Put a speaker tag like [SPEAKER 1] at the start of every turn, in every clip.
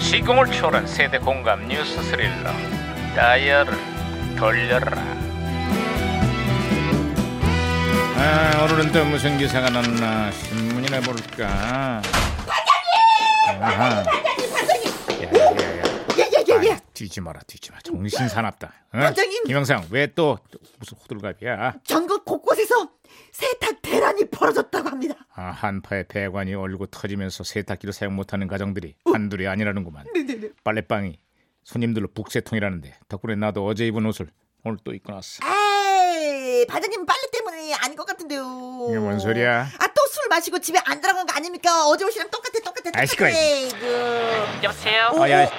[SPEAKER 1] 시공을 초월한 세대 공감 뉴스 스릴러 다이얼을 돌려라 아 오늘은 또 무슨 기사가 났나 신문이나 볼까 반장님 반장님
[SPEAKER 2] 예예예예.
[SPEAKER 1] 뛰지 아, 마라 뛰지 마 정신 사납다 응?
[SPEAKER 2] 반장님!
[SPEAKER 1] 김영상 왜 또 무슨 호들갑이야
[SPEAKER 2] 전국 곳곳에서 세탁 대란이 벌어졌다고 합니다.
[SPEAKER 1] 아, 한파에 배관이 얼고 터지면서 세탁기를 사용 못하는 가정들이 한둘이 아니라는구만
[SPEAKER 2] 네네네.
[SPEAKER 1] 빨래방이 손님들로 북새통이라는데 덕분에 나도 어제 입은 옷을 오늘 또 입고 나왔어.
[SPEAKER 2] 에이 반장님 빨래 때문에 아닌 것 같은데요.
[SPEAKER 1] 이게 뭔 소리야?
[SPEAKER 2] 아또 술 마시고 집에 안 들어간 거 아닙니까? 어제 옷이랑 똑같아 똑같아 똑같아.
[SPEAKER 1] 아이, 시끄러워.
[SPEAKER 2] 아이고.
[SPEAKER 3] 여보세요.
[SPEAKER 2] 오,
[SPEAKER 1] 야. 네.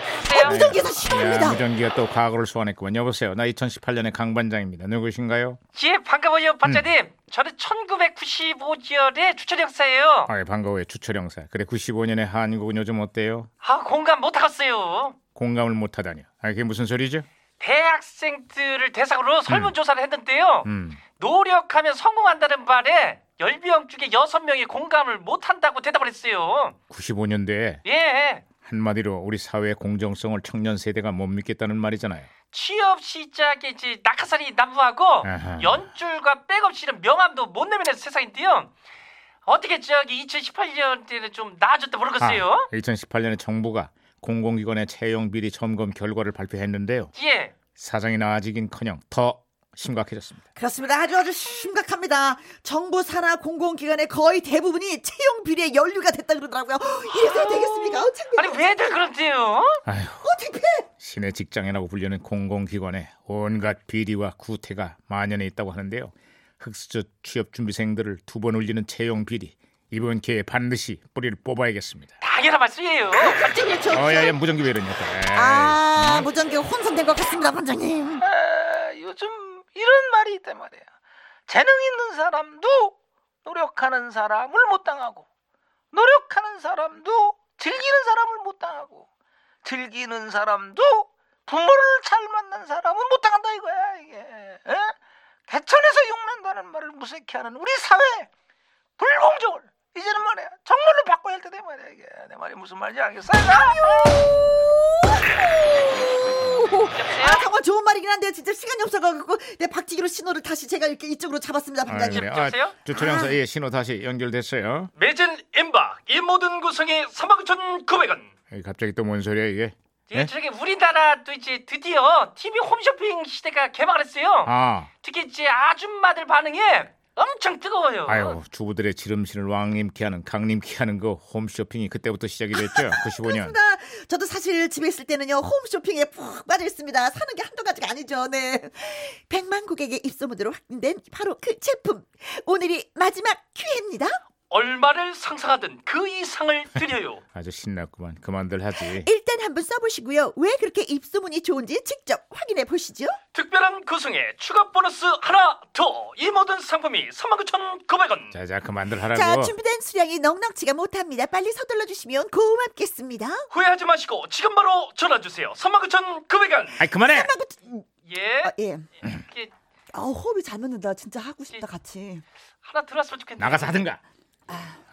[SPEAKER 2] 어, 무전기에서
[SPEAKER 1] 야,
[SPEAKER 2] 싫어합니다.
[SPEAKER 1] 무전기가 또 과거를 소환했구만. 여보세요. 나 2018년의 강반장입니다. 누구신가요?
[SPEAKER 3] 예, 반가워요, 반장님. 저는 1995년의 추천 역사예요.
[SPEAKER 1] 아, 예, 반가워요. 주철 형사. 그래 95년의 한국은 요즘 어때요?
[SPEAKER 3] 아, 공감 못하겠어요.
[SPEAKER 1] 공감을 못 하다니요. 아, 그게 무슨 소리죠?
[SPEAKER 3] 대학생들을 대상으로 설문조사를 했는데요.
[SPEAKER 1] 음.
[SPEAKER 3] 노력하면 성공한다는 말에 10명 중에 6명이 공감을 못한다고 대답을 했어요.
[SPEAKER 1] 95년대에
[SPEAKER 3] 예,
[SPEAKER 1] 한마디로 우리 사회의 공정성을 청년 세대가 못 믿겠다는 말이잖아요.
[SPEAKER 3] 취업 시작에 이제 낙하산이 난무하고
[SPEAKER 1] 아하.
[SPEAKER 3] 연줄과 백없이는 명함도 못 내면서 세상인데요. 어떻게 저기 2018년 때는 좀 나아졌다 모르겠어요.
[SPEAKER 1] 2018년에 정부가 공공기관의 채용 비리 점검 결과를 발표했는데요.
[SPEAKER 3] 예.
[SPEAKER 1] 사정이 나아지긴커녕 더 심각해졌습니다.
[SPEAKER 2] 그렇습니다. 아주 아주 심각합니다. 정부 산하 공공기관의 거의 대부분이 채용 비리에 연루가 됐다 그러더라고요. 이래서 되겠습니까? 어떻게
[SPEAKER 3] 아니 왜들 그런데요?
[SPEAKER 1] 아휴,
[SPEAKER 2] 어떻게?
[SPEAKER 1] 신의 직장이라고 불리는 공공기관에 온갖 비리와 구태가 만연해 있다고 하는데요. 흑수저 취업 준비생들을 두 번 울리는 채용 비리 이번 기회에 반드시 뿌리를 뽑아야겠습니다.
[SPEAKER 3] 당연한 말씀이에요.
[SPEAKER 2] 반장님 저.
[SPEAKER 1] 어야야 무전기 왜 이러냐? 아...
[SPEAKER 2] 그렇죠. 아 무전기 혼선된 것 같습니다, 반장님.
[SPEAKER 4] 아, 요즘 이런 말이 있단 말이야. 재능 있는 사람도 노력하는 사람을 못 당하고, 노력하는 사람도 즐기는 사람을 못 당하고, 즐기는 사람도 부모를 잘 만난 사람은 못 당한다 이거야 이게. 에? 개천에서 용난다는 말을 무색해하는 우리 사회 불공정을 이제는 말이야 정말로 바꿔야 할 때다 이 말이야 이게 내 말이 무슨 말인지 알겠어?
[SPEAKER 2] 아 정말 좋은 말이긴 한데 진짜 시간이 없어가지고 내 박치기로 신호를 다시 제가 이렇게 이쪽으로 잡았습니다
[SPEAKER 1] 아,
[SPEAKER 2] 반장님.
[SPEAKER 1] 그래. 아,
[SPEAKER 3] 여보세요?
[SPEAKER 1] 주철형사 예, 신호 다시 연결됐어요.
[SPEAKER 3] 매진 임박 이 모든 구성이 39,900원.
[SPEAKER 1] 에이, 갑자기 또 뭔 소리야 이게? 네?
[SPEAKER 3] 예, 저기 우리나라도 이제 드디어 TV 홈쇼핑 시대가 개막을 했어요.
[SPEAKER 1] 아,
[SPEAKER 3] 특히 이제 아줌마들 반응이 엄청 뜨거워요.
[SPEAKER 1] 아유 주부들의 지름신을 왕림케 하는 강림케 하는 거 홈쇼핑이 그때부터 시작이 됐죠. 95년.
[SPEAKER 2] 나 저도 사실 집에 있을 때는요 홈쇼핑에 푹 빠져 있습니다. 사는 게 한두 가지가 아니죠. 네, 백만 고객의 입소문으로 확인된 바로 그 제품. 오늘이 마지막 기회입니다.
[SPEAKER 3] 얼마를 상상하든 그 이상을 드려요.
[SPEAKER 1] 아주 신났구만. 그만들 하지.
[SPEAKER 2] 일단 한번 써보시고요. 왜 그렇게 입소문이 좋은지 직접 확인해 보시죠.
[SPEAKER 3] 특별한 구성에 추가 보너스 하나 더. 이 모든 상품이 39,900원.
[SPEAKER 1] 자자 그만들 하라고.
[SPEAKER 2] 자, 준비된 수량이 넉넉지가 못합니다. 빨리 서둘러 주시면 고맙겠습니다.
[SPEAKER 3] 후회하지 마시고 지금 바로 전화 주세요. 39,900원.
[SPEAKER 1] 아이 그만해.
[SPEAKER 2] 아이고, 음,
[SPEAKER 3] 예.
[SPEAKER 2] 어, 예.
[SPEAKER 3] 이렇게
[SPEAKER 2] 아, 호흡이 잘 맞는다. 진짜 하고 싶다 같이.
[SPEAKER 3] 하나 들어왔으면 좋겠네요.
[SPEAKER 1] 나가서 하든가.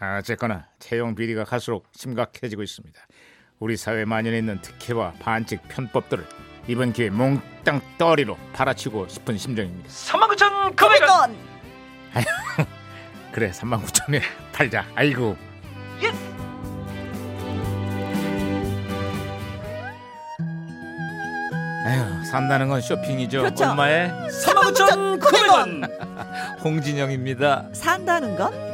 [SPEAKER 1] 아, 어쨌거나 채용 비리가 갈수록 심각해지고 있습니다. 우리 사회 만연해 있는 특혜와 반칙 편법들을 이번 기회에 몽땅 떠리로 팔아치고 싶은 심정입니다.
[SPEAKER 3] 39,900원.
[SPEAKER 2] 이건
[SPEAKER 1] 그래 3만 9천에 팔자. 아이고. 아휴 산다는 건 쇼핑이죠.
[SPEAKER 2] 그렇죠.
[SPEAKER 5] 엄마의
[SPEAKER 2] 39,900원.
[SPEAKER 5] 홍진영입니다.
[SPEAKER 2] 산다는 건